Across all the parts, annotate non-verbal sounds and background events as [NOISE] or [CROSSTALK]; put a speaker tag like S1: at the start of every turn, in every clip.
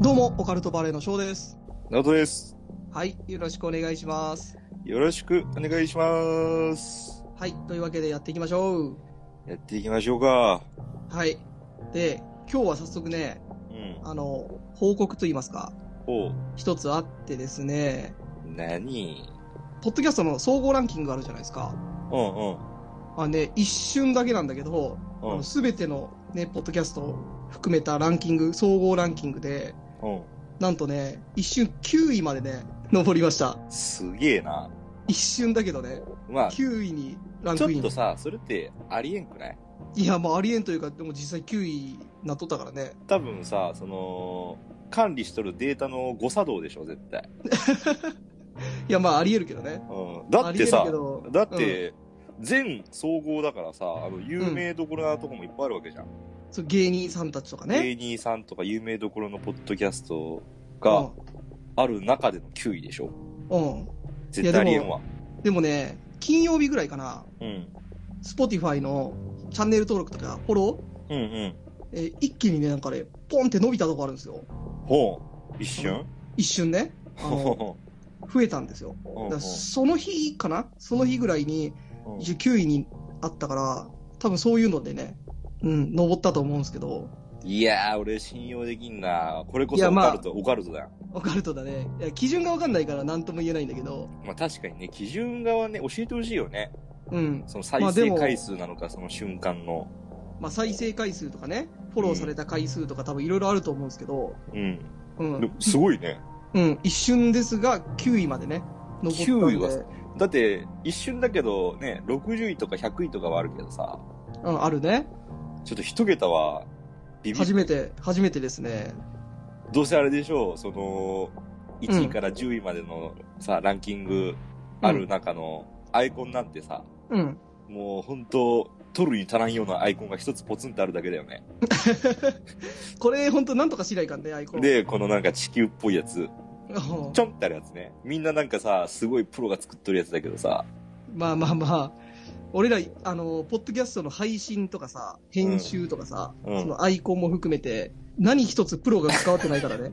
S1: どうも、オカルトバレーの翔です。
S2: 直人です。
S1: はい、よろしくお願いします。
S2: よろしくお願いします。
S1: はい、というわけでやっていきましょう。
S2: やっていきましょうか。
S1: はい。で、今日は早速ね、
S2: うん。
S1: あの、報告といいますか、
S2: ほう。
S1: 一つあってですね、
S2: 何
S1: ポッドキャストの総合ランキングがあるじゃないですか。
S2: うんうん。
S1: あね、一瞬だけなんだけど、
S2: うんうん。
S1: すべてのね、ポッドキャストを含めたランキング、総合ランキングで、なんとね、一瞬9位までね、上りました。
S2: すげえな。
S1: 一瞬だけどね、
S2: まあ、ち
S1: 9位にラン
S2: ょ
S1: クイ
S2: っ
S1: ン
S2: と。さ、それってありえんくない
S1: いや、もうありえんというか、でも実際9位なっとったからね。
S2: 多分さ、その、管理しとるデータの誤作動でしょ、絶対。
S1: いや、まあありえるけどね。
S2: うん。だって
S1: あ
S2: さ
S1: りえるけ、ど
S2: だって、全総合だからさ、あの、有名どころなとこもいっぱいあるわけじゃん。
S1: そう芸人さんたちとかね。
S2: 芸人さんとか有名どころのポッドキャストがある中での9位でしょ。
S1: うん、うん。
S2: 絶対ありえんわ。
S1: でもね、金曜日ぐらいかな、
S2: うん。
S1: Spotify のチャンネル登録とか、フォロ
S2: うんうん。
S1: ー、えー一気にね、なんかね、ポンって伸びたとこあるんですよ。
S2: ほう。一瞬
S1: 一瞬ね。あ
S2: [LAUGHS]
S1: の
S2: ほ
S1: 増えたんですよ。
S2: うほ
S1: だ
S2: うほ
S1: か
S2: う
S1: らその日かなその日ぐらいに、
S2: ほう
S1: 一応9位にあったから、多分そういうのでね、うん、登ったと思うんですけど、
S2: いやー、俺信用できんな。これこ
S1: い
S2: そ
S1: や
S2: オ
S1: まあ
S2: カルト、オカルトだよ。
S1: オカルトだね。いや基準がわかんないから何とも言えないんだけど、
S2: まあ確かにね、基準側ね、教えてほしいよね。
S1: うん。
S2: その再
S1: まあで
S2: 生
S1: も
S2: 回数なのか、その瞬間の。
S1: まあ再生回数とかね、フォローされた回数とか多分いろいろあると思うんですけど、
S2: うん。
S1: うん。
S2: でもすごいね。
S1: うん、一瞬ですが、9位までね、残ったんで。
S2: 9位はだって、一瞬だけど、ね、60位とか100位とかはあるけどさ、
S1: うん、あるね。
S2: ちょっと一桁は、ビビ
S1: 初めて、初めてですね。
S2: どうせあれでしょう、その、1位から10位までのさ、ランキングある中のアイコンなんてさ、
S1: うん。
S2: もう本当取るに足らんようなアイコンが一つポツンとあるだけだよね。
S1: これ、ほんと、なんとかしないかんね、アイコン。
S2: で、このなんか地球っぽいやつ、
S1: うん
S2: ちょんってあるやつね。みんななんかさ、すごいプロが作っとるやつだけどさ。
S1: まあまあまあ、俺ら、あの、ポッドキャストの配信とかさ、編集とかさ、
S2: うんうん
S1: そのアイコンも含めて、何一つプロが関わってないから
S2: [LAUGHS]
S1: ね。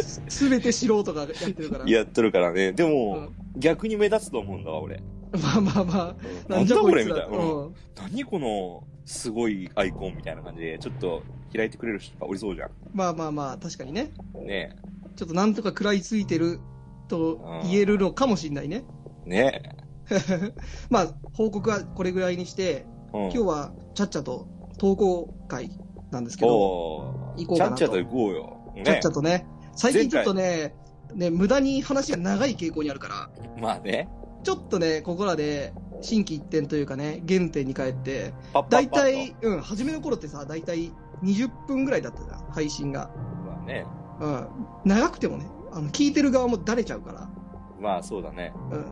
S1: すすべて素人がやってるから。
S2: やっとるからね。で
S1: う
S2: も、
S1: ん、
S2: 逆に目立つと思うんだわ、俺。
S1: まあまあまあ、
S2: なんだこれみ
S1: つ
S2: たいな。うん
S1: うん。
S2: 何この、すごいアイコンみたいな感じで、ちょっと開いてくれる人がおりそうじゃん。
S1: まあまあまあ、確かにね。
S2: ね
S1: ちょっとなんとか食らいついてると言えるのかもしれないね。 [LAUGHS]
S2: え。ねえ。
S1: まあ、報告はこれぐらいにして、
S2: うん。
S1: 今日はちゃっちゃと投稿会なんですけど、
S2: お
S1: 行
S2: ー
S1: こう
S2: ち
S1: かな
S2: ゃ
S1: と
S2: んちゃと行こうよ。ね
S1: ちゃっちゃとね、最近ちょっとね、ね、無駄に話が長い傾向にあるから、
S2: まあね。
S1: ちょっとね、ここらで、心機一転というかね、原点に帰って、
S2: パッパッパッと
S1: 大体、うん、初めの頃ってさ、大体20分ぐらいだったじゃん、配信が。
S2: まあね。
S1: うん。長くてもね、あの、聞いてる側もだれちゃうから。
S2: まあそうだね。
S1: うん。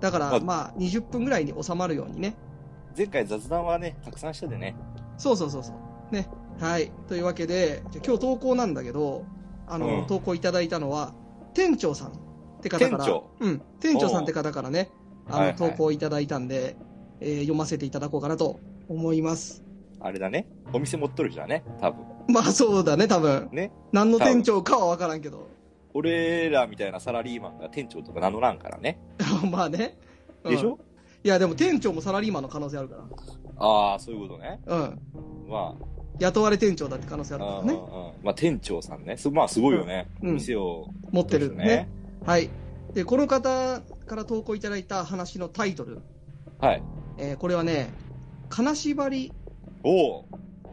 S1: だから、
S2: まあ
S1: まあ、20分ぐらいに収まるようにね。
S2: 前回雑談はね、たくさんしたでね。
S1: そうそうそうそう。ね。はい。というわけで、じゃあ今日投稿なんだけど、あの、
S2: うん
S1: 投稿いただいたのは、店長さんって方から、
S2: 店長
S1: うん、店長さんって方からね、あの、
S2: はいはい
S1: 投稿いただいたんで、えー読ませていただこうかなと思います。 [LAUGHS]
S2: あれだね。お店持っとるじゃんね。多分。
S1: まあそうだね、多分。
S2: ね。
S1: 何の店長かはわからんけど。 [LAUGHS]
S2: 俺らみたいなサラリーマンが店長とか名乗らんからね。
S1: まあね。うん
S2: でしょ、
S1: いや、でも店長もサラリーマンの可能性あるか
S2: ああ、そういうことね。
S1: ら。うん。
S2: ま
S1: 雇われ店長だって可能性あ
S2: あ、
S1: るから
S2: あ
S1: ね。
S2: あまあ店長さんね。すまあすごいよね。
S1: うんうん
S2: 店を、
S1: 持ってるね。
S2: ね。
S1: はい。で、この方から投稿いただいた話のタイトル。
S2: はい。
S1: えーこれはね、金縛り、
S2: おお。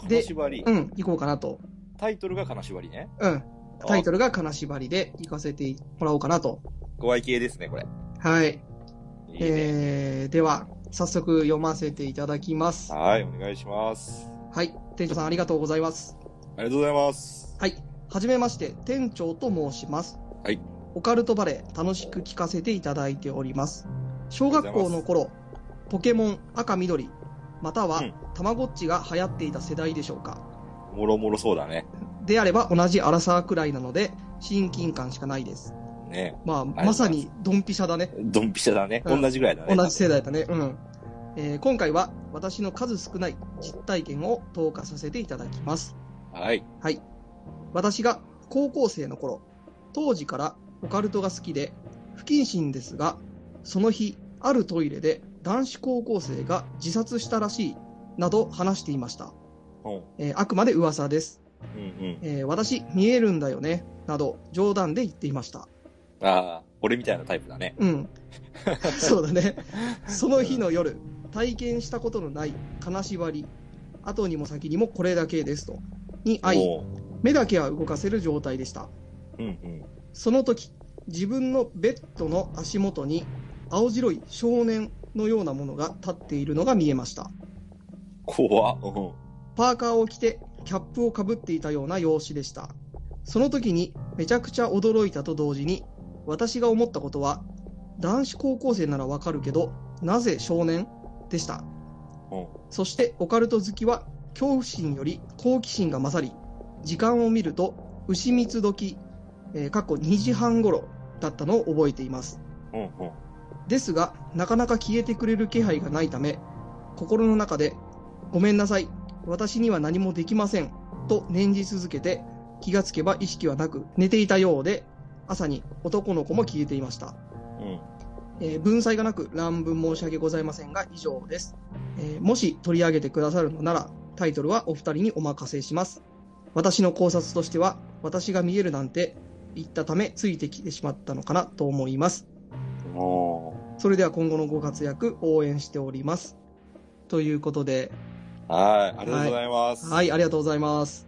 S1: で
S2: 金縛り
S1: う。ん、行こうかなと。
S2: タイトルが金縛りね。
S1: うん、タイトルが金縛りで行かせてもらおうかなと。
S2: 怖い系ですね、これ。
S1: はい。
S2: いいね。
S1: えー、では、早速読ませていただきます。
S2: はい、お願いします。
S1: はい。店長さんありがとうございます。
S2: ありがとうございます。
S1: はい。はじめまして、店長と申します。
S2: はい。
S1: オカルトバレー、楽しく聞かせていただいております。小学校の頃、ポケモン赤緑、または
S2: うん
S1: たまごっちが流行っていた世代でしょうか。
S2: もろもろそうだね。
S1: であれば同じアラサーくらいなので、親近感しかないです。
S2: ね
S1: まあ、
S2: ます
S1: まさにドンピシャだね。
S2: ドンピシャだね。
S1: うん
S2: 同じぐらいだね。
S1: 同じ世代だね。うん。えー今回は私の数少ない実体験を投下させていただきます。
S2: はい。
S1: はい。私が高校生の頃、当時からオカルトが好きで、不謹慎ですが、その日、あるトイレで男子高校生が自殺したらしい、など話していました。
S2: うん。
S1: えーあくまで噂です。
S2: うん
S1: えー私、見えるんだよね、など冗談で言っていました。
S2: うん。ああ、俺みたいなタイプだね。
S1: うん。そうだね。その日の夜、体験したことのない金縛り、後にも先にもこれだけですと、に会い、
S2: も
S1: 目だけは動かせる状態でした。
S2: う。うんうん。
S1: その時、自分のベッドの足元に青白い少年のようなものが立っているのが見えました。
S2: 怖っ。うん。
S1: パーカーを着てキャップをかぶっていたような様子でした。その時にめちゃくちゃ驚いたと同時に、私が思ったことは、男子高校生ならわかるけど、なぜ少年でした。
S2: うん
S1: そしてオカルト好きは恐怖心より好奇心が勝り、時間を見ると牛蜜時、えー、過去2時半頃だったのを覚えています。
S2: うんうん。
S1: ですが、なかなか消えてくれる気配がないため、心の中で、ごめんなさい、私には何もできません、と念じ続けて、気がつけば意識はなく寝ていたようで、朝に男の子も消えていました。
S2: うん。
S1: えー文才がなく乱文申し訳ございませんが以上です、えーもし取り上げてくださるのならタイトルはお二人にお任せします私の考察としては私が見えるなんて言ったためついてきてしまったのかなと思います
S2: お
S1: それでは今後のご活躍応援しておりますということで
S2: ーはい。ありがとうございます。
S1: はいありがとうございます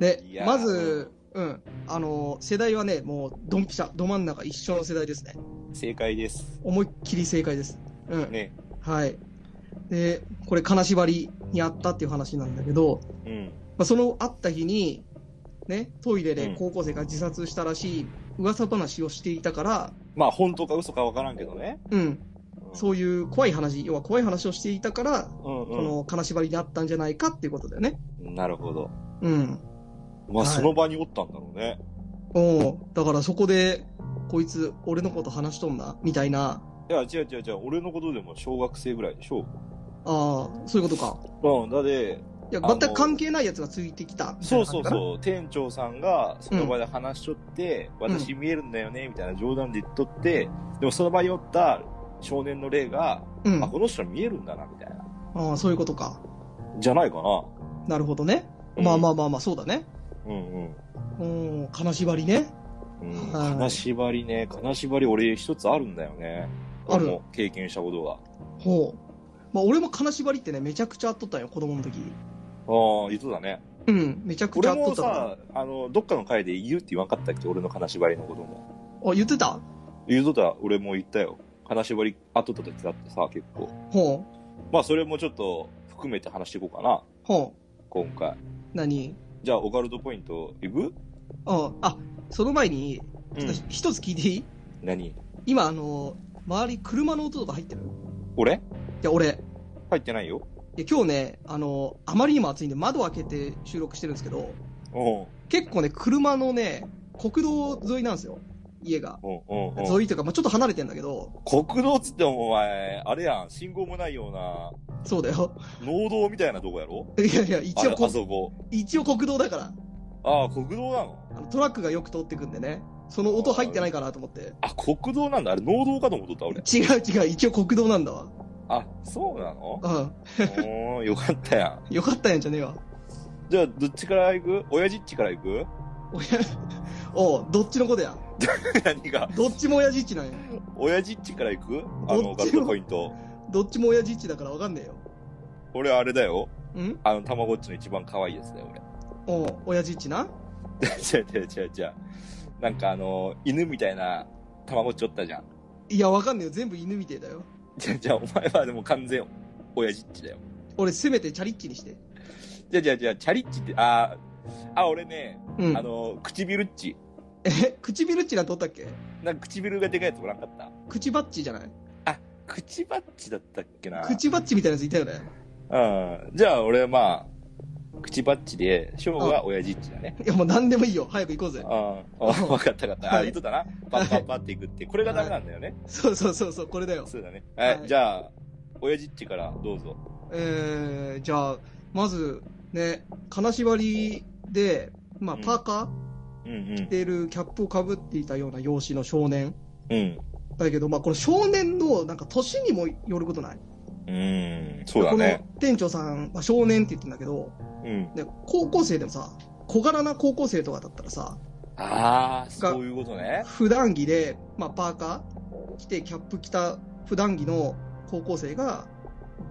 S1: で
S2: いやー
S1: まずうんあのー世代はねもうドンピシャど真ん中一緒の世代ですね
S2: 正解です。
S1: 思いっきり正解ですうん
S2: ね。
S1: はい。で、これ、金縛りにあったっていう話なんだけど、
S2: うん。
S1: まあ、そのあった日に、ね、トイレ
S2: う
S1: で
S2: ん
S1: 高校生が自殺したらしい噂話をしていたから、
S2: まあ、本当か嘘かわからんけどね。
S1: うん、
S2: う
S1: そういう怖い話、要は怖い話をしていたから、
S2: ん。うん
S1: こ
S2: うん。
S1: の金縛りにあったんじゃないかっていうことだよね。
S2: なるほど。
S1: うん。
S2: ま
S1: は
S2: あ、
S1: い
S2: その場におったんだろうね。
S1: おうだからそこで、こいつ、俺のこと話しとんな、みたいな、
S2: いや、違う違う違う。俺のことでも小学生ぐらいでしょ。
S1: ああ、そういうことか。
S2: うん。だで、
S1: いや、
S2: あの
S1: 全く関係ないやつがついてきたみたい
S2: そ
S1: な
S2: う
S1: 感
S2: そ
S1: じ
S2: う
S1: かな。
S2: そう、店長さんがその場で話しとって、
S1: ん
S2: 私見えるんだよね、みたいな冗談で言っとって、でもその場におった少年の霊が、
S1: うん。
S2: あ、この人見えるんだな、みたいな。
S1: ああ、そういうことか。
S2: じゃないかな。
S1: なるほどね。まあま
S2: あ。
S1: あまあまあ、そうだね。
S2: うんうん。
S1: うん、金縛りね。
S2: うん、
S1: はい
S2: 金縛りね、金縛り俺一つあるんだよね。
S1: ある
S2: 俺も経験したことが。
S1: ほう。まあ、俺も金縛りってね、めちゃくちゃあっとったんよ、子供の時。
S2: ああ、言っとだね。
S1: うん、めちゃくちゃ
S2: 俺
S1: あっと
S2: も
S1: ったから。
S2: さ、あの、どっかの回で言うって言わんかったっけ俺の金縛りのことも。
S1: あ、言ってた
S2: 言うとった俺も言ったよ。金縛りあっとった時だってさ、結構。
S1: ほう。
S2: まあそれもちょっと含めて話していこうかな。
S1: ほう。
S2: 今回。
S1: 何
S2: じゃあ、オカルトポイント、いく
S1: ああ、その前に、ちょっとひ一、つ聞いていい
S2: 何
S1: 今、あのー周り車の音とか入ってるい
S2: 俺
S1: や、俺、
S2: 入ってないよ。
S1: いや今日ね、あのーあまりにも暑いんで窓開けて収録してるんですけど、
S2: うん。
S1: 結構ね、車のね、国道沿いなんですよ、家が。
S2: うんうんう
S1: 沿
S2: ん。
S1: いというか、まあ、ちょっと離れてんだけど、
S2: 国道っつってもお前、あれやん、信号もないような、
S1: そうだよ。 [LAUGHS]
S2: 農道みたいなとこやろ
S1: いやいや、一
S2: あ
S1: 応
S2: あ
S1: こ、
S2: そこ。
S1: 一応国道だから。
S2: ああ、国道なの
S1: あのトラックがよく通ってくんでね、その音入ってないかなと思って。
S2: あ、国道なんだ。あれ、農道かと思っとった、俺。
S1: 違う違う、一応国道なんだわ。
S2: あ、そうなの
S1: う
S2: おー、よかったやん。
S1: ん。よかったんやんじゃねえわ。
S2: じゃあ、どっちから行く親父っちから行く [LAUGHS]
S1: おや、 [LAUGHS] おう、どっちのことや。
S2: 何が
S1: どっちも親父っちなんや。
S2: 親父っちから行くあの、
S1: どっちも
S2: オカルトポイント。
S1: どっちも親父っちだからわかんねえよ。
S2: 俺、あれだよ。
S1: うん
S2: あの、たまごっちの一番可愛いやつだよ、俺。
S1: おう、親父っちな。
S2: 違う違う違う違う。なんかあの、犬みたいな、たまごっちおったじゃん。
S1: いや、わかんねえよ。全部犬みてえだよ。
S2: じゃあ、じゃあお前はでも完全、親父っちだよ。
S1: 俺、せめてチャリッチにして。
S2: 違じゃあじゃあじゃあ、チャリッチって、あーあ、俺ね、
S1: うん
S2: あ。の、唇っち。
S1: え、唇っちなんておったっけ
S2: なんか唇がでかいやつおらんかった。
S1: 口バッチじゃない
S2: 口バッチだったっけな。
S1: 口バッチみたいなやついたよね。
S2: うん。じゃあ俺はまあ、口バッチで、翔は親父っちだね。
S1: いや、もう何でもいいよ。早く行こうぜ
S2: うん。。わかったわかった。あ、
S1: はい
S2: いいとだな。パッパッパっていくって。これがダメなんだよね。
S1: そうそうそう、そうこれだよ。
S2: そうだね。
S1: はい
S2: はい、じゃあ、親父っちからどうぞ。
S1: えー、じゃあ、まず、ね、金縛りで、まあ、
S2: うん
S1: パーカ
S2: うん
S1: ー着てるキャップをかぶっていたような容姿の少年。
S2: うん。うん。
S1: だけど、まあ、この少年の、なんか、年にもよることない。
S2: うん。そうだ
S1: こ
S2: ね。
S1: の店長さん、まあ、少年って言ってんだけど、
S2: うん。
S1: ね、高校生でもさ、小柄な高校生とかだったらさ、
S2: ああ、そういうことね。
S1: 普段着で、まあ、パーカー着て、キャップ着た普段着の高校生が、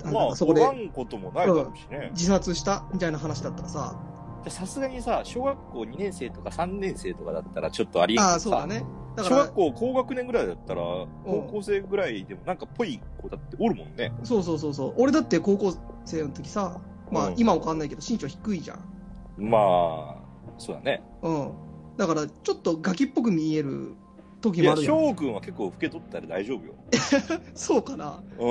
S1: あの
S2: まあ、
S1: そこ
S2: お
S1: で
S2: らんこともないだろうしね。
S1: 自殺したみたいな話だったらさ、
S2: じゃあさすがにさ、小学校2年生とか3年生とかだったらちょっとありえんけど
S1: あ
S2: さ
S1: あ、そうだね。だか
S2: 小
S1: ら
S2: 学、校高学年ぐらいだったら、高校生ぐらいでもなんかぽい子だっておるもんね。
S1: そうそうそうそう。俺だって高校生の時さ、ま
S2: う
S1: あ
S2: ん
S1: 今は変わんないけど身長低いじゃん。
S2: まあ、そうだね。
S1: うん。だからちょっとガキっぽく見える時
S2: い
S1: もあ
S2: や、
S1: るよ。
S2: 翔くんは結構老けとったら大丈夫よ。
S1: そうかな。
S2: う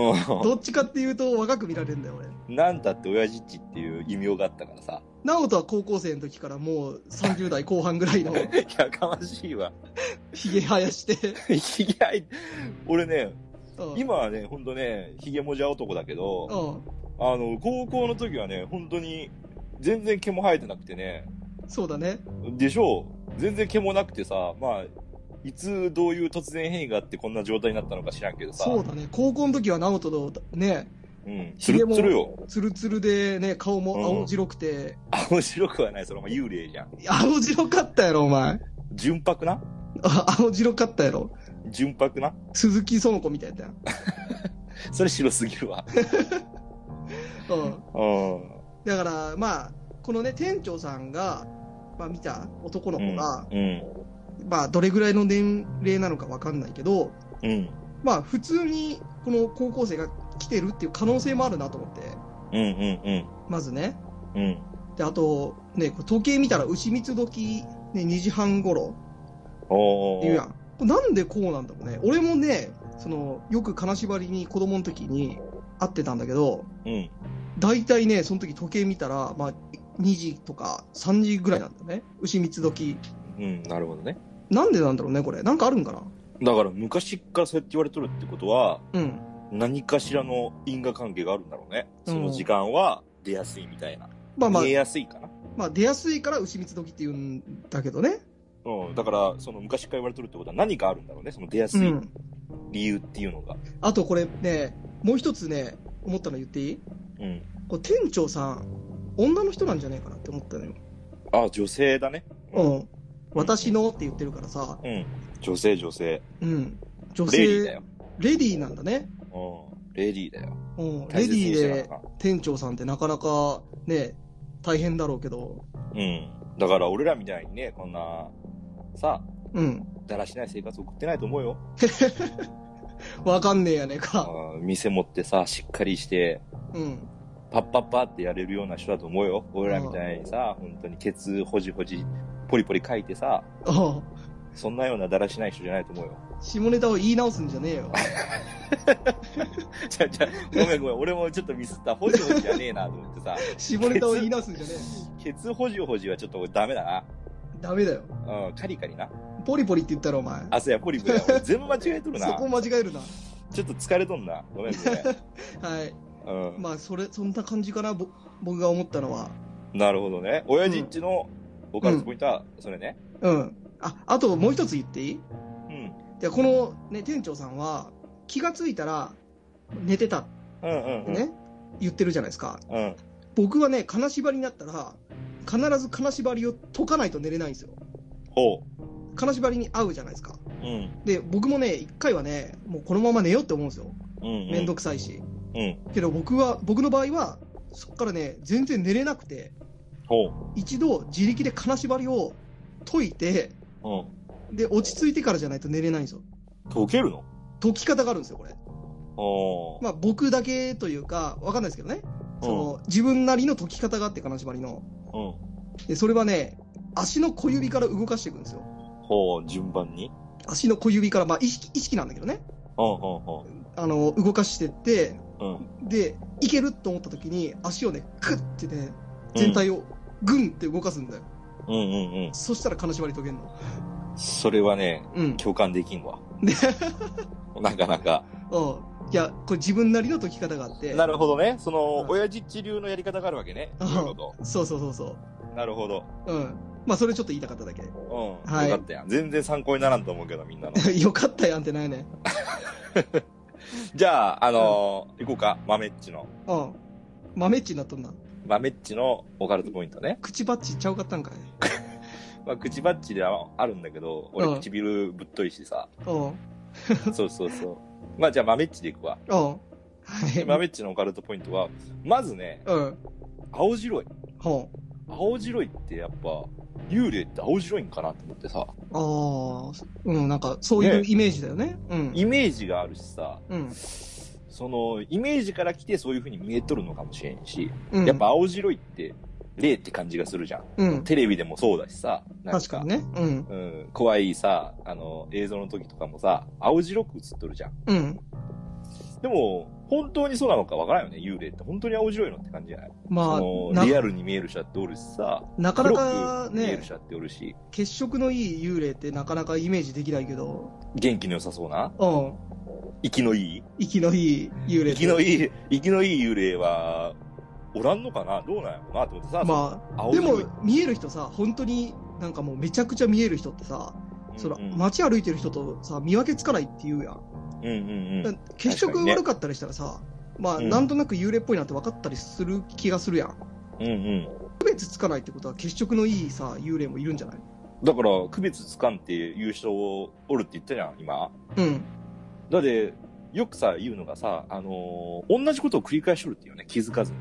S1: どっちかっていうと若く見られるんだよ俺。
S2: ん。 [LAUGHS] なんだって親父っちっていう異名があったからさ。 [LAUGHS]
S1: 直人は高校生の時からもう30代後半ぐらいの
S2: やかましいわ。 [LAUGHS]
S1: ひげ生やして、
S2: ひげあい、俺ね、
S1: うん、
S2: 今はね、ほんとね、ひげもじゃ男だけ
S1: う
S2: ど、
S1: ん、
S2: あの、高校の時はね、ほんとに、全然毛も生えてなくてね、
S1: そうだね。
S2: でしょう全然毛もなくてさ、まあ、いつどういう突然変異があってこんな状態になったのか知らんけどさ、
S1: そうだね。高校の時は直人のね、
S2: うん、つ
S1: ひげ
S2: る
S1: も
S2: つるよ。
S1: ツルツルでね、顔も青白くて、
S2: 青白くはない、それ、まあ、幽霊じゃん。
S1: 青白かったやろお前。 [LAUGHS]
S2: 純白な
S1: あ青白かったやろ。
S2: 純白な
S1: 鈴木園子みたいやったやん。
S2: それ白すぎるわ。
S1: うん。
S2: うん。
S1: だから、まあ、このね、店長さんが、まあ、見た男の子が、
S2: うん。
S1: まあ、どれぐらいの年齢なのかわかんないけど、
S2: うん。
S1: まあ、普通に、この高校生が来てるっていう可能性もあるなと思って、
S2: うん。うん。うん。
S1: まずね。
S2: うん。
S1: で、あと、ね、これ時計見たら、牛蜜時、ね、2時半頃、
S2: お
S1: 言うや
S2: ー。
S1: ん。これなんでこうなんだろうね。俺もね、その、よく金縛りに子供の時に会ってたんだけど、
S2: うん。
S1: 大体ね、その時時計見たら、まあ、2時とか3時ぐらいなんだよね。牛三つ時。
S2: うん。なるほどね。
S1: なんでなんだろうね、これ。なんかあるんかな
S2: だから、昔からそうやって言われとるってことは、
S1: うん。
S2: 何かしらの因果関係があるんだろうね。その時間は出やすいみたいな。
S1: まあまあ
S2: 見え、やすいかな。
S1: まあ出やすいから牛三つ時って言うんだけどね。
S2: うん。だから、その昔から言われとるってことは何かあるんだろうね。その出や
S1: う
S2: すい
S1: ん。
S2: 理由っていうのが。
S1: あとこれね、もう一つね、思ったの言っていい
S2: うん。
S1: これ店長さん、女の人なんじゃないかなって思ったのよ。
S2: あ、女性だね。
S1: うん。私のって言ってるからさ、
S2: うん。女性、女性。
S1: うん。女性、
S2: レディーだよ。
S1: レディーなんだね。
S2: うん。レディーだよ。
S1: うん。
S2: 大
S1: レデ
S2: 切
S1: ィ
S2: に
S1: ー
S2: してなあ
S1: で
S2: かん
S1: 店長さんってなかなかね、大変だろうけど、
S2: うん。だから俺らみたいにね、こんな、さ、
S1: うん。
S2: だらしない生活送ってないと思うよ。
S1: わかんねえやねえか。
S2: あー店持ってさ、しっかりして、
S1: うん。
S2: パッパッパってやれるような人だと思うよ。俺らみたいにさ、本当にケツほじほじ、ポリポリ書いてさ、
S1: あ
S2: そんなようなだらしない人じゃないと思うよ。
S1: あ、下ネタを言い直すんじゃねえ
S2: [LAUGHS]
S1: よ。
S2: じゃあじゃあごめんごめん、俺もちょっとミスった。ほじほじじゃねえなと思ってさ、
S1: 下ネタを言い直すんじゃねえよ。
S2: ケツほじほじはちょっとダメだな。
S1: ダメだよ。
S2: うん、カリカリな。
S1: ポリポリって言ったろ、お前。
S2: あ、そうや、ポリポリ
S1: [LAUGHS]
S2: や。俺全部間違えとる
S1: そ
S2: な
S1: こ。間違えるな。
S2: ちょっと疲れとんな。ごめんご
S1: はい。
S2: め
S1: [LAUGHS]
S2: ん。うん。
S1: まあ、それ、そんな感じかな、ぼ僕が思ったのは。
S2: なるほどね。親父んちのボカルスポイントは、それね。
S1: うん。あ、あともう一つ言っていい
S2: うん。
S1: で、このね、店長さんは、気がついたら、寝てたっ
S2: うんう
S1: て
S2: んうん。
S1: ね、言ってるじゃないですか。
S2: うん。
S1: 僕はね、金縛りになったら、必ず金縛りを解かないと寝れないんですよ。
S2: ほう。
S1: 金縛りに合うじゃないですか。
S2: うん。
S1: で、僕もね、一回はね、もうこのまま寝ようって思うんですよ。
S2: うん。
S1: めんど
S2: く
S1: くさいし。
S2: うん。
S1: けど僕は、僕の場合は、そっからね、全然寝れなくて、
S2: ほう。
S1: 一度自力で金縛りを解いて、
S2: うん。
S1: で、落ち着いてからじゃないと寝れないんですよ。
S2: 溶けるの
S1: 解き方があるんですよ、これ。
S2: ほう。
S1: まあ、僕だけというか、わかんないですけどね。
S2: うん
S1: その自分なりの解き方があって金縛りの
S2: うん。
S1: でそれはね足の小指から動かしていくんですよ
S2: ほう、順番に。
S1: 足の小指からまあ意識意識なんだけどね
S2: うん、うん、
S1: あの動かしてって
S2: うん。うん。
S1: でいけると思った時に足をねクッてね全体をグンって動かすんだよ、
S2: うん、うん、うんうん。
S1: そしたら金縛り解けんの
S2: それはね、
S1: うん
S2: 共感で
S1: [LAUGHS]
S2: きんわ
S1: ね。
S2: なかなか。
S1: うんいやこれ自分なりの解き方があって
S2: なるほどね。その
S1: う、ん
S2: 親父流のやり方があるわけね。
S1: うん
S2: なるほど。
S1: そうそうそうそ
S2: なるほど。
S1: ううんまあそれちょっと言いたかっただけ [LAUGHS]
S2: うん。
S1: はい
S2: よかったやん。全然参考にならんと思うけど、みんなの。
S1: よかったやんってないね
S2: じゃあ、あのー、行こうか。豆っちの。
S1: うん豆っちになっとんな
S2: 豆っちのオカルトポイントね。
S1: 口ばっちちゃうかったんかい
S2: まあ、口バッチではあるんだけど、俺
S1: うん
S2: 唇ぶっといし
S1: [LAUGHS]
S2: さ。
S1: うん
S2: そうそうそう。まあ、じゃあ豆っちでいくわ。
S1: うんはい
S2: で豆っちのオカルトポイントは、まずね、
S1: うん
S2: 青白い。
S1: ほ
S2: 青白いってやっぱ、幽霊って青白いんかなと思ってさ、
S1: うああうんなんかそういう
S2: ね
S1: イメージだよねうん
S2: イメージがあるしさ、
S1: うん
S2: その、イメージから来てそういう風に見えとるのかもしれんし、
S1: うん
S2: やっぱ青白いって、霊って感じがするじゃん。
S1: うん
S2: テレビでもそうだしさ、なん
S1: 確かにねうん
S2: うん、怖いさ、あの、映像の時とかもさ、青白く映っとるじゃん。
S1: うん
S2: でも、本当にそうなのかわからんよね、幽霊って。本当に青白いのって感じじゃない
S1: まあ
S2: その
S1: な
S2: リアルに見える人だっておるしさ、
S1: なかな
S2: 黒
S1: か
S2: く見え
S1: ね
S2: る人だっておるし、
S1: 血色のいい幽霊ってなかなかイメージできないけど
S2: 元気の良さそうな、
S1: うん
S2: 息のいい、
S1: 息のいい幽霊
S2: 息のいい、息のいい幽霊は、おらんのかなどうなんやろうなと思ってさ、
S1: ま
S2: あ、
S1: あ
S2: 青
S1: で
S2: 白い
S1: も見える人さ本当になんかもうめちゃくちゃ見える人ってさそら
S2: うんうん
S1: 街歩いてる人とさ見分けつかないって言うやん
S2: うんうんう
S1: だ
S2: ん。
S1: から血色が悪かったりしたらさ、まあ、
S2: うん
S1: なんとなく幽霊っぽいなって分かったりする気がするやん。
S2: うんうん。
S1: 区別つかないってことは血色のいいさ、幽霊もいるんじゃない
S2: だから、区別つかんっていう人おるって言ったじゃん、今。
S1: うん。
S2: だって、よくさ、言うのがさ、あのー同じことを繰り返しとるっていうね、気づかずに。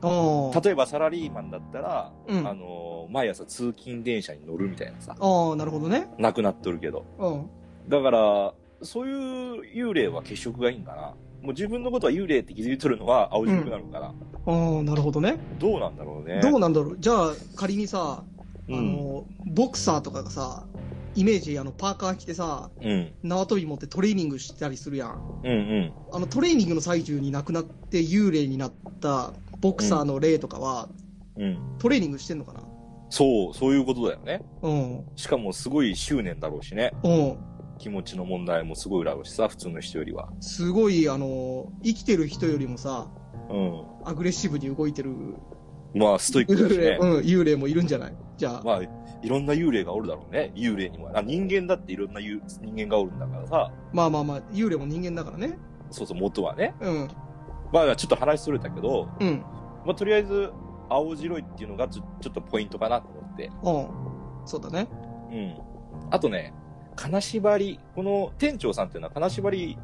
S1: ああ。
S2: 例えばサラリーマンだったら、
S1: うん
S2: あのー毎朝通勤電車に乗るみたいなさ、
S1: ああ、なるほどね。
S2: なくなっとるけど。
S1: うん。
S2: だから、そういう幽霊は血色がいいんかな。もう自分のことは幽霊って気づいとるのは青白くなるのかな。
S1: ああ、なるほどね。
S2: どうなんだろうね。
S1: どうなんだろう。じゃあ、仮にさ、
S2: うん
S1: あの、ボクサーとかがさ、イメージ、あの、パーカー着てさ、
S2: うん。
S1: 縄跳び持ってトレーニングしたりするやん。
S2: うんうん。
S1: あの、トレーニングの最中に亡くなって幽霊になったボクサーの霊とかは、
S2: うん。
S1: トレーニングしてんのかな
S2: そう、そういうことだよね。
S1: うん。
S2: しかもすごい執念だろうしね。
S1: うん。
S2: 気持ちの問題もすごいだろうしさ、普通の人よりは。
S1: すごい、あの、生きてる人よりもさ、
S2: うん。
S1: アグレッシブに動いてる
S2: まあ、ストイックだ
S1: 幽
S2: し
S1: 霊,、
S2: ね。
S1: うん、幽霊もいるんじゃないじゃあ、
S2: まあ、いろんな幽霊がおるだろうね。幽霊にも。あ人間だっていろんな幽人間がおるんだからさ。
S1: まあまあまあ、幽霊も人間だからね。
S2: そうそう、元はね。
S1: うん、
S2: まあ、ちょっと話それたけど、
S1: うん、うん。
S2: まあ、とりあえず、青白いっていうのがちょちょっとポイントかなと思って。
S1: そうだね。
S2: うん。あとね、金縛り。この店長さんっていうのは金縛り、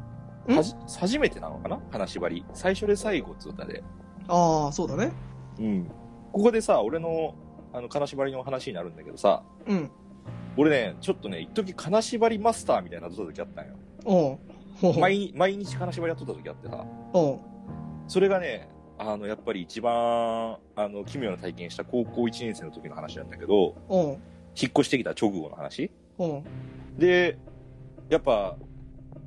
S1: ん
S2: はじ初めてなのかな金縛り。最初で最後っつうたで。
S1: ああ、そうだね。
S2: うん。ここでさ、俺の、あの、金縛りの話になるんだけどさ、
S1: うん、
S2: 俺ね、ちょっとね、一時金縛りマスターみたいなのやっとった時あったんよ。
S1: おうほうほう。
S2: 毎毎日金縛りやっとった時あってさ、
S1: おう
S2: それがね、あの、やっぱり一番、あの、奇妙な体験した高校1年生の時の話なんだけど、
S1: おう
S2: 引っ越してきた直後の話
S1: おう
S2: で、やっぱ、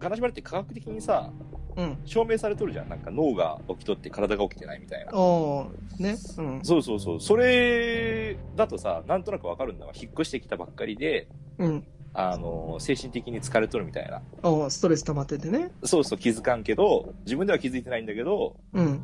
S2: 金縛りって科学的にさ、
S1: うん。
S2: 証明されとるじゃん。なんか脳が起きとって体が起きてないみたいな。
S1: おうね。うん。
S2: そうそうそう。それだとさ、なんとなくわかるんだわ。引っ越してきたばっかりで、
S1: うん。
S2: あの、精神的に疲れとるみたいな。
S1: おうストレス溜まっててね。
S2: そうそう気づかんけど、自分では気づいてないんだけど、
S1: うん。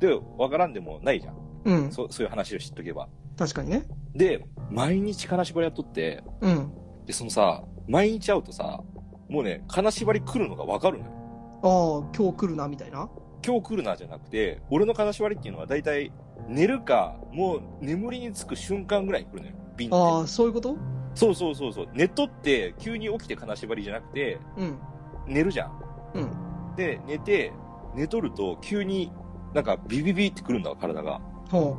S2: で、わからんでもないじゃん。
S1: うん。
S2: そそういう話を知っとけば。
S1: 確かにね。
S2: で、毎日金縛りやっとって、
S1: うん。
S2: で、そのさ、毎日会うとさ、もうね、金縛り来るのがわかるのよ。
S1: ああ、今日来るな、みたいな。
S2: 今日来るなじゃなくて、俺の金縛りっていうのは大体、寝るか、もう眠りにつく瞬間ぐらいに来るのよ。ビン
S1: あ
S2: って。
S1: あ、そういうこと
S2: そうそうそうそう。寝とって、急に起きて金縛りじゃなくて、
S1: うん。
S2: 寝るじゃん。
S1: う
S2: で、寝て、寝とると、急になんかビビビってくるんだわ、体が。
S1: ほ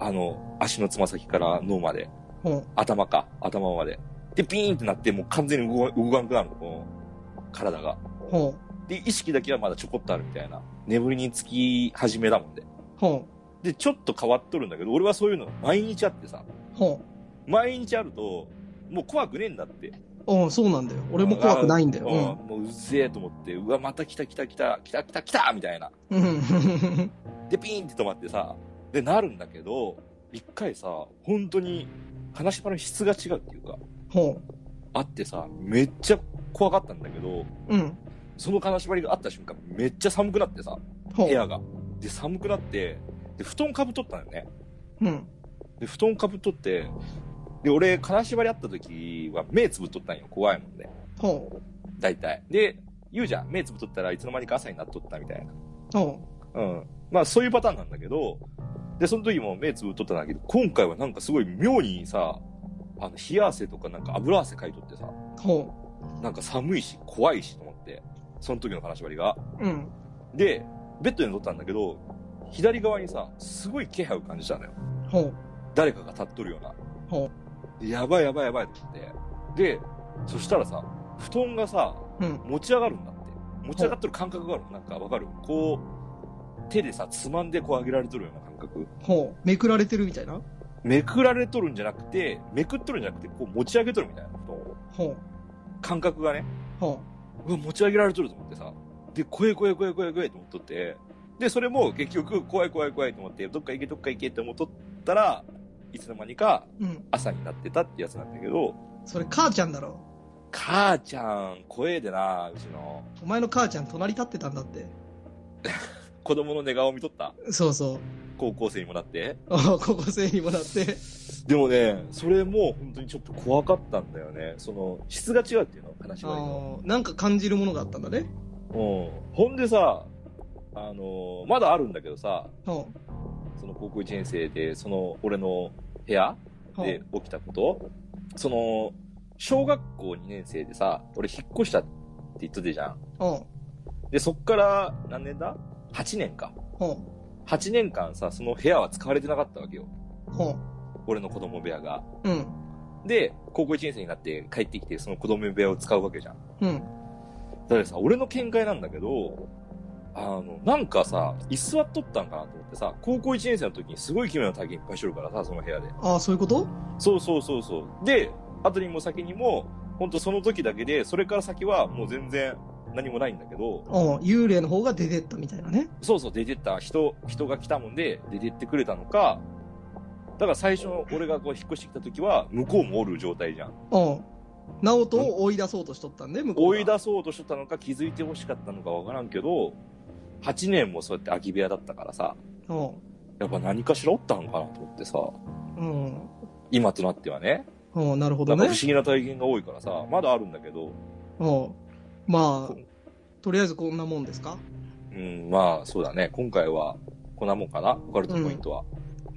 S2: あの、足のつま先から脳まで、
S1: う。ほう。
S2: 頭か、頭まで。で、ピーンってなって、もう完全に動か動かなくなるの、こう体が。
S1: ほ
S2: で、意識だけはまだちょこっとあるみたいな。眠りにつき始めだもんで。
S1: う。ほ
S2: で、ちょっと変わっとるんだけど、俺はそういうの毎日あってさ、
S1: ほ
S2: 毎日あると、もう怖くねえんだって。
S1: う。うん、そうなんだよ。俺も怖くないんだ
S2: うん、
S1: よ。
S2: もううぜえと思って、うわ、また来た来た来た、来た来た来たみたいな。
S1: うん。うん。
S2: で、ピーンって止まってさ、で、なるんだけど、一回さ、本当に、話し場の質が違うっていうか、
S1: ほ
S2: あってさ、めっちゃ怖かったんだけど、
S1: う。うん。 [LAUGHS]
S2: その金縛りがあった瞬間、めっちゃ寒くなってさ、
S1: ほ
S2: 部
S1: う。
S2: 屋が。で、寒くなって、で、布団かぶっとったんだよね。
S1: うん。
S2: で、布団かぶっとって、で、俺、金縛りあった時は目つぶっとったんよ。怖いもんね。
S1: ほう。
S2: 大体。で、言うじゃん。目つぶっとったらいつの間にか朝になっとったみたい
S1: ほ
S2: な。うん。まあ、そういうパターンなんだけど、で、その時も目つぶっとったんだけど、今回はなんかすごい妙にさ、あの、冷や汗とかなんか油汗かいとってさ、
S1: う。ほ
S2: なんか寒いし、怖いしと思って、その時の金縛りが。
S1: う。うん。
S2: で、ベッドに乗ったんだけど、左側にさ、すごい気配を感じたのよ。
S1: ほう。
S2: 誰かが立っとるような。
S1: ほ
S2: でやばいやばいやばいと思って。で、そしたらさ、布団がさ、
S1: うん。
S2: 持ち上がるんだって。持ち上がってる感覚があるのなんかわかるこう、手でさ、つまんでこう上げられとるような感覚。
S1: ほう。めくられてるみたいな
S2: めくられとるんじゃなくて、めくっとるんじゃなくて、こう持ち上げとるみたいな布団を。
S1: ほう。
S2: 感覚がね、
S1: ほ
S2: うわ、持ち上げられとると思ってさ。で、怖え怖え怖え怖え怖えと思っとって。で、それも結局、怖い怖い怖いと思って、どっか行けどっか行けって思っとったら、いつの間にか
S1: う。うん。
S2: 朝になってたってやつなんだけど、
S1: それ母ちゃんだろ。
S2: 母ちゃん、怖えでな、うちの。
S1: お前の母ちゃん隣立ってたんだって。
S2: 子供の寝顔見とった
S1: そうそう。
S2: 高校生にもなって。
S1: あ [LAUGHS] 高校生にもなって。
S2: でもね、それも本当にちょっと怖かったんだよね。その、質が違うっていうの、話
S1: あ
S2: が。
S1: ーなんか感じるものがあったんだね。
S2: うん。ほんでさ、あのーまだあるんだけどさ、
S1: ほ
S2: その高校1年生で、その、俺の部屋
S1: う。ほ
S2: で
S1: う。
S2: 起きたこと、その、小学校2年生でさ、俺引っ越したって言っとってじゃん。
S1: ほ
S2: で、そっから何年だ ?8 年か。
S1: う。ほ
S2: 8年間さ、その部屋は使われてなかったわけよ。
S1: う。ほ
S2: 俺の子供部屋が。
S1: う。うん。
S2: で、高校1年生になって帰ってきて、その子供部屋を使うわけじゃん。
S1: うん。
S2: だからさ、俺の見解なんだけど、あの、なんかさ、居座っとったんかなと思ってさ、高校1年生の時にすごい奇妙な体験いっぱいしとるからさ、その部屋で。
S1: ああ、そういうこと
S2: そうそうそうそう。で、後にも先にも、ほんとその時だけで、それから先はもう全然何もないんだけど、
S1: うん。幽霊の方が出てったみたいなね。
S2: そうそう出てった人、人が来たもんで出てってくれたのか、だから最初俺がこう引っ越してきた時は、向こうもおる状態じゃん。
S1: うん。直人を追い出そうとしとったんで、向こう
S2: 追い
S1: 出
S2: 出そうとしとったのか気づいて欲しかったのかわからんけど、8年もそうやって空き部屋だったからさ、
S1: う
S2: やっぱ何かしらおったのかなと思ってさ、
S1: ん。うん。
S2: 今となってはね、
S1: うん、なるほ
S2: な
S1: ど
S2: んか
S1: ね
S2: 不思。議な体験が多いからさ、まだあるんだけど、
S1: うん。まあ、とりあえずこんなもんですか
S2: うん、まあ、そうだね。今回は、こんなもんかなオカルトポイントは。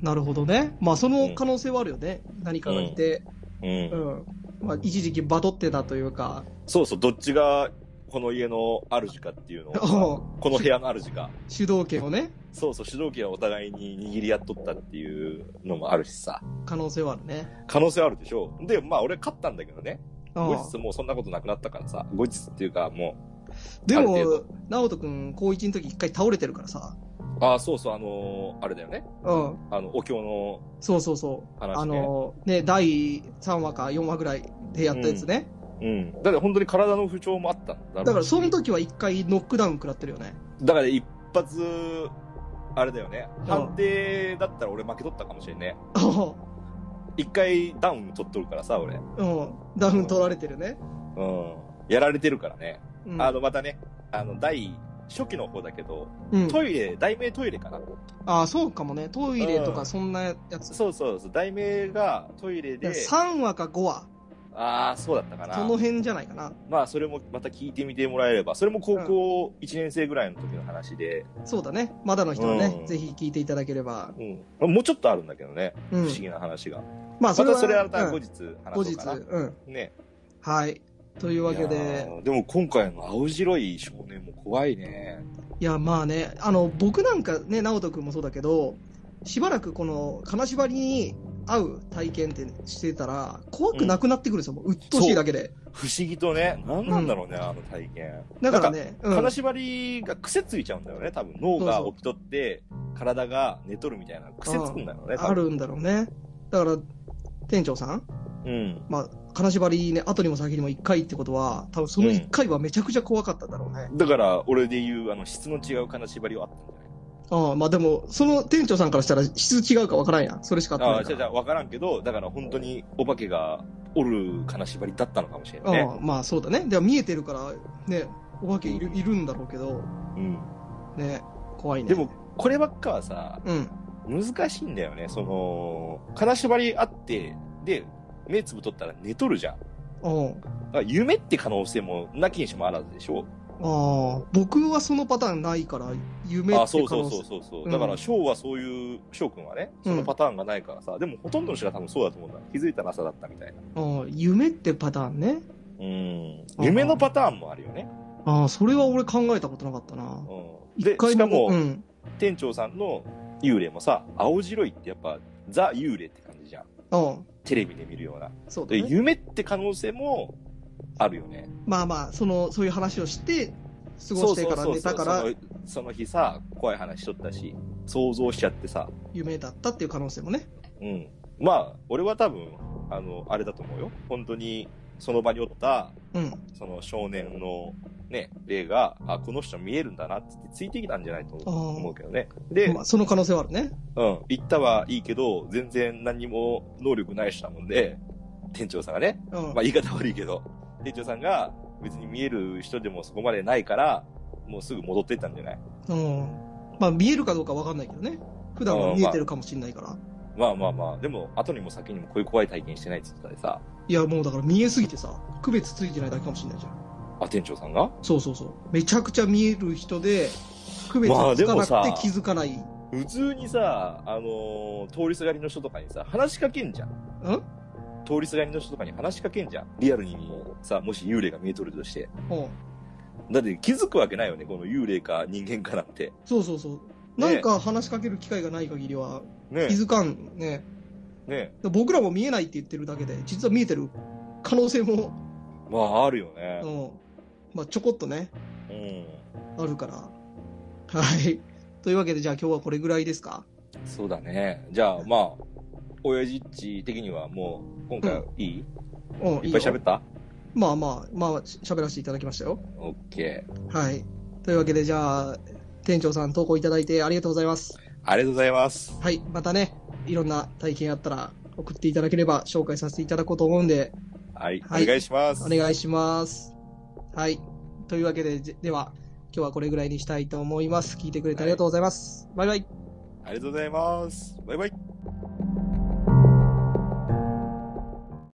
S1: なるほどね。まあ、その可能性はあるよね。何かがいて。
S2: うん。
S1: うん。まあ、一時期バトってたというか。
S2: そうそう、どっちが、この家の主かっていうの
S1: [LAUGHS]
S2: を、
S1: うん
S2: この部屋の主か。
S1: 主導権をね、
S2: そうそう、主導権はお互いに握り合っとったっていうのもあるしさ。
S1: 可能性はあるね。
S2: 可能性あるでしょで、まあ、俺勝ったんだけどね。
S1: うん
S2: 後日もうそんなことなくなったからさ。後日っていうか、も
S1: で
S2: ある
S1: も、直人くん、高1の時一回倒れてるからさ。
S2: う、ああ、そうそう、あのーあれだよね。
S1: うん。
S2: あの、お経の、
S1: そうそうそう。
S2: 話ね
S1: あの、ね、第3話か4話ぐらいでやったやつね。
S2: うん。だって本当に体の不調もあったんだろう
S1: だから、その時は一回ノックダウン食らってるよね。
S2: だから一発、あれだよね。
S1: ん
S2: 判定だったら俺負けとったかもしれんね。
S1: うん
S2: 一回ダウン取っとるからさ、俺。
S1: うん。ダウン取られてるね。
S2: うん。やられてるからね。
S1: うん。
S2: あの、またね、あの、第、初期の方だけど、
S1: うん、
S2: トイレ、題名トイレかな
S1: ああ、そうかもね。トイレと
S2: う
S1: か
S2: ん
S1: そんなやつ。
S2: そうそうそう、題名がトイレで、
S1: 3話か5話、
S2: ああ、そうだったか
S1: その
S2: な。
S1: 辺じゃないかな。
S2: まあ、それもまた聞いてみてもらえれば、それも高校1年生ぐらいの時の話で、
S1: そうだね。まだの人はね、
S2: うん
S1: ぜひ聞いていただければ。
S2: うん。もうちょっとあるんだけどね、
S1: う
S2: 不
S1: ん
S2: 思。議な話が。
S1: まあ、
S2: またそれ
S1: は
S2: はまた後
S1: うん
S2: 日
S1: 後
S2: 話そう
S1: 日。
S2: かな。
S1: うん。
S2: ね。
S1: はい。というわけで
S2: い、やー。でも今回の青白い少年も怖いね。
S1: いや、まあね、あの、僕なんかね、直人君もそうだけど、しばらくこの、金縛りに合う体験ってしてたら、怖くなくなってくるんですよ。もう、うっとうしいだけで。
S2: 不思議とね、何なんだろうね、あの体験。
S1: だからね、うん
S2: 金縛りが癖ついちゃうんだよね、多分。脳が起きとって、体が寝とるみたいな癖つくんだろうね、多
S1: あ
S2: 分
S1: るんだろうね。だから、店長さん、
S2: うん。
S1: まあ、金縛りね、後にも先にも1回ってことは、多分その1回はめちゃくちゃ怖かったんだろうね。
S2: だから、俺で言う、あの、質の違う金縛りはあったんじゃない
S1: ああ、まあでも、その店長さんからしたら質違うかわからんやん。それしか
S2: あ
S1: あ
S2: あ、
S1: って
S2: じ
S1: ないか
S2: ゃあじゃあ分からんけど、だから本当にお化けがおる金縛りだったのかもしれな
S1: ら。
S2: い
S1: あ
S2: ね。
S1: あ、まあそうだね。でも見えてるから、ね、お化けいるいるんだろうけど、
S2: うん。
S1: ね、怖いね。
S2: でも、、こればっかはさ、
S1: うん。
S2: 難しいんだよね。その、金縛りあって、で、目つぶとったら寝とるじゃん。
S1: おう
S2: だから夢って可能性もなきにしもあらずでしょ
S1: ああ、僕はそのパターンないから、夢
S2: あ
S1: っ
S2: あ、そ
S1: て
S2: う
S1: 可
S2: そう
S1: 能
S2: そ
S1: 性
S2: う。そうそう。
S1: うん
S2: だから、翔はそういう、翔くんはね、そのパターンがないからさ、でもほとんどの人が多分そうだと思うんだ。気づいたら朝だったみたいな。
S1: ああ夢ってパターンね。
S2: うん。夢のパターンもあるよね。
S1: ああ、それは俺考えたことなかったな。
S2: うん。
S1: 一
S2: で、
S1: 回
S2: しかも、
S1: うん。
S2: 店長さんの幽霊もさ青白いってやっぱザ幽霊って感じじゃん
S1: ああ、
S2: テレビで見るような
S1: そうだ
S2: で
S1: ね。
S2: 夢って可能性もあるよね
S1: まあまあ、その、そういう話をして、過ごしてから
S2: そう
S1: 寝
S2: そうそう
S1: たから
S2: そ、のその日さ怖い話しとったし想像しちゃってさ
S1: 夢だったっていう可能性もね。
S2: うんまあ俺は多分あのあれだと思うよ本当にその場におった
S1: うん。
S2: その少年のね霊があこの人見えるんだなって言ってついてきたんじゃないと
S1: あー
S2: 思うけどねで、
S1: まあ、その可能性はあるね。
S2: うん、行ったはいいけど、全然何も能力ない人だもんで、店長さんがね、
S1: うん。
S2: まあ言い方悪いけど、店長さんが別に見える人でもそこまでないから、もうすぐ戻ってったんじゃない
S1: うん。まあ、見えるかどうかわかんないけどね。普段は見えてるかもしれないから。
S2: まあまあまあ、でも後にも先にもこういう怖い体験してないって言ってたでさ、
S1: いや、もうだから見えすぎてさ、区別ついてないだけかもしれないじゃん。
S2: あ、店長さんが
S1: そうそうそう。めちゃくちゃ見える人で、区別つかな
S2: まあで
S1: く
S2: も
S1: て
S2: さ
S1: 気づかない。
S2: 普通にさ、あのー通りすがりの人とかにさ、話しかけんじゃん。
S1: うん
S2: 通りすがりの人とかに話しかけんじゃん。リアルにさ、もし幽霊が見えとるとして。
S1: うん。
S2: だって気づくわけないよね、この幽霊か人間かなんて。
S1: そうそうそう。なんか話しかける機会がない限りは
S2: ね
S1: 気づかんね。
S2: ね
S1: 僕らも見えないって言ってるだけで、実は見えてる可能性も、
S2: まあ、あるよね
S1: う。ん。まあ、ちょこっとね、
S2: うん。
S1: あるから。はい。というわけで、じゃあ今日はこれぐらいですか
S2: そうだね。じゃあ、まあ、親父っち的にはもう、今回はいい、
S1: うん、
S2: いっぱい喋った
S1: まあまあ、まあ、し喋らせていただきましたよ。
S2: オッケー。
S1: はい。というわけで、じゃあ、店長さん投稿いただいてありがとうございます。
S2: ありがとうございます。
S1: はい。またね、いろんな体験あったら送っていただければ紹介させていただこうと思うんで、
S2: はい、
S1: はい
S2: お願いします。
S1: お願いします。はい。というわけで、じでは、今日はこれぐらいにしたいと思います。聞いてくれてありがとうございます。バイバイ。
S2: ありがとうございます。バイバイ。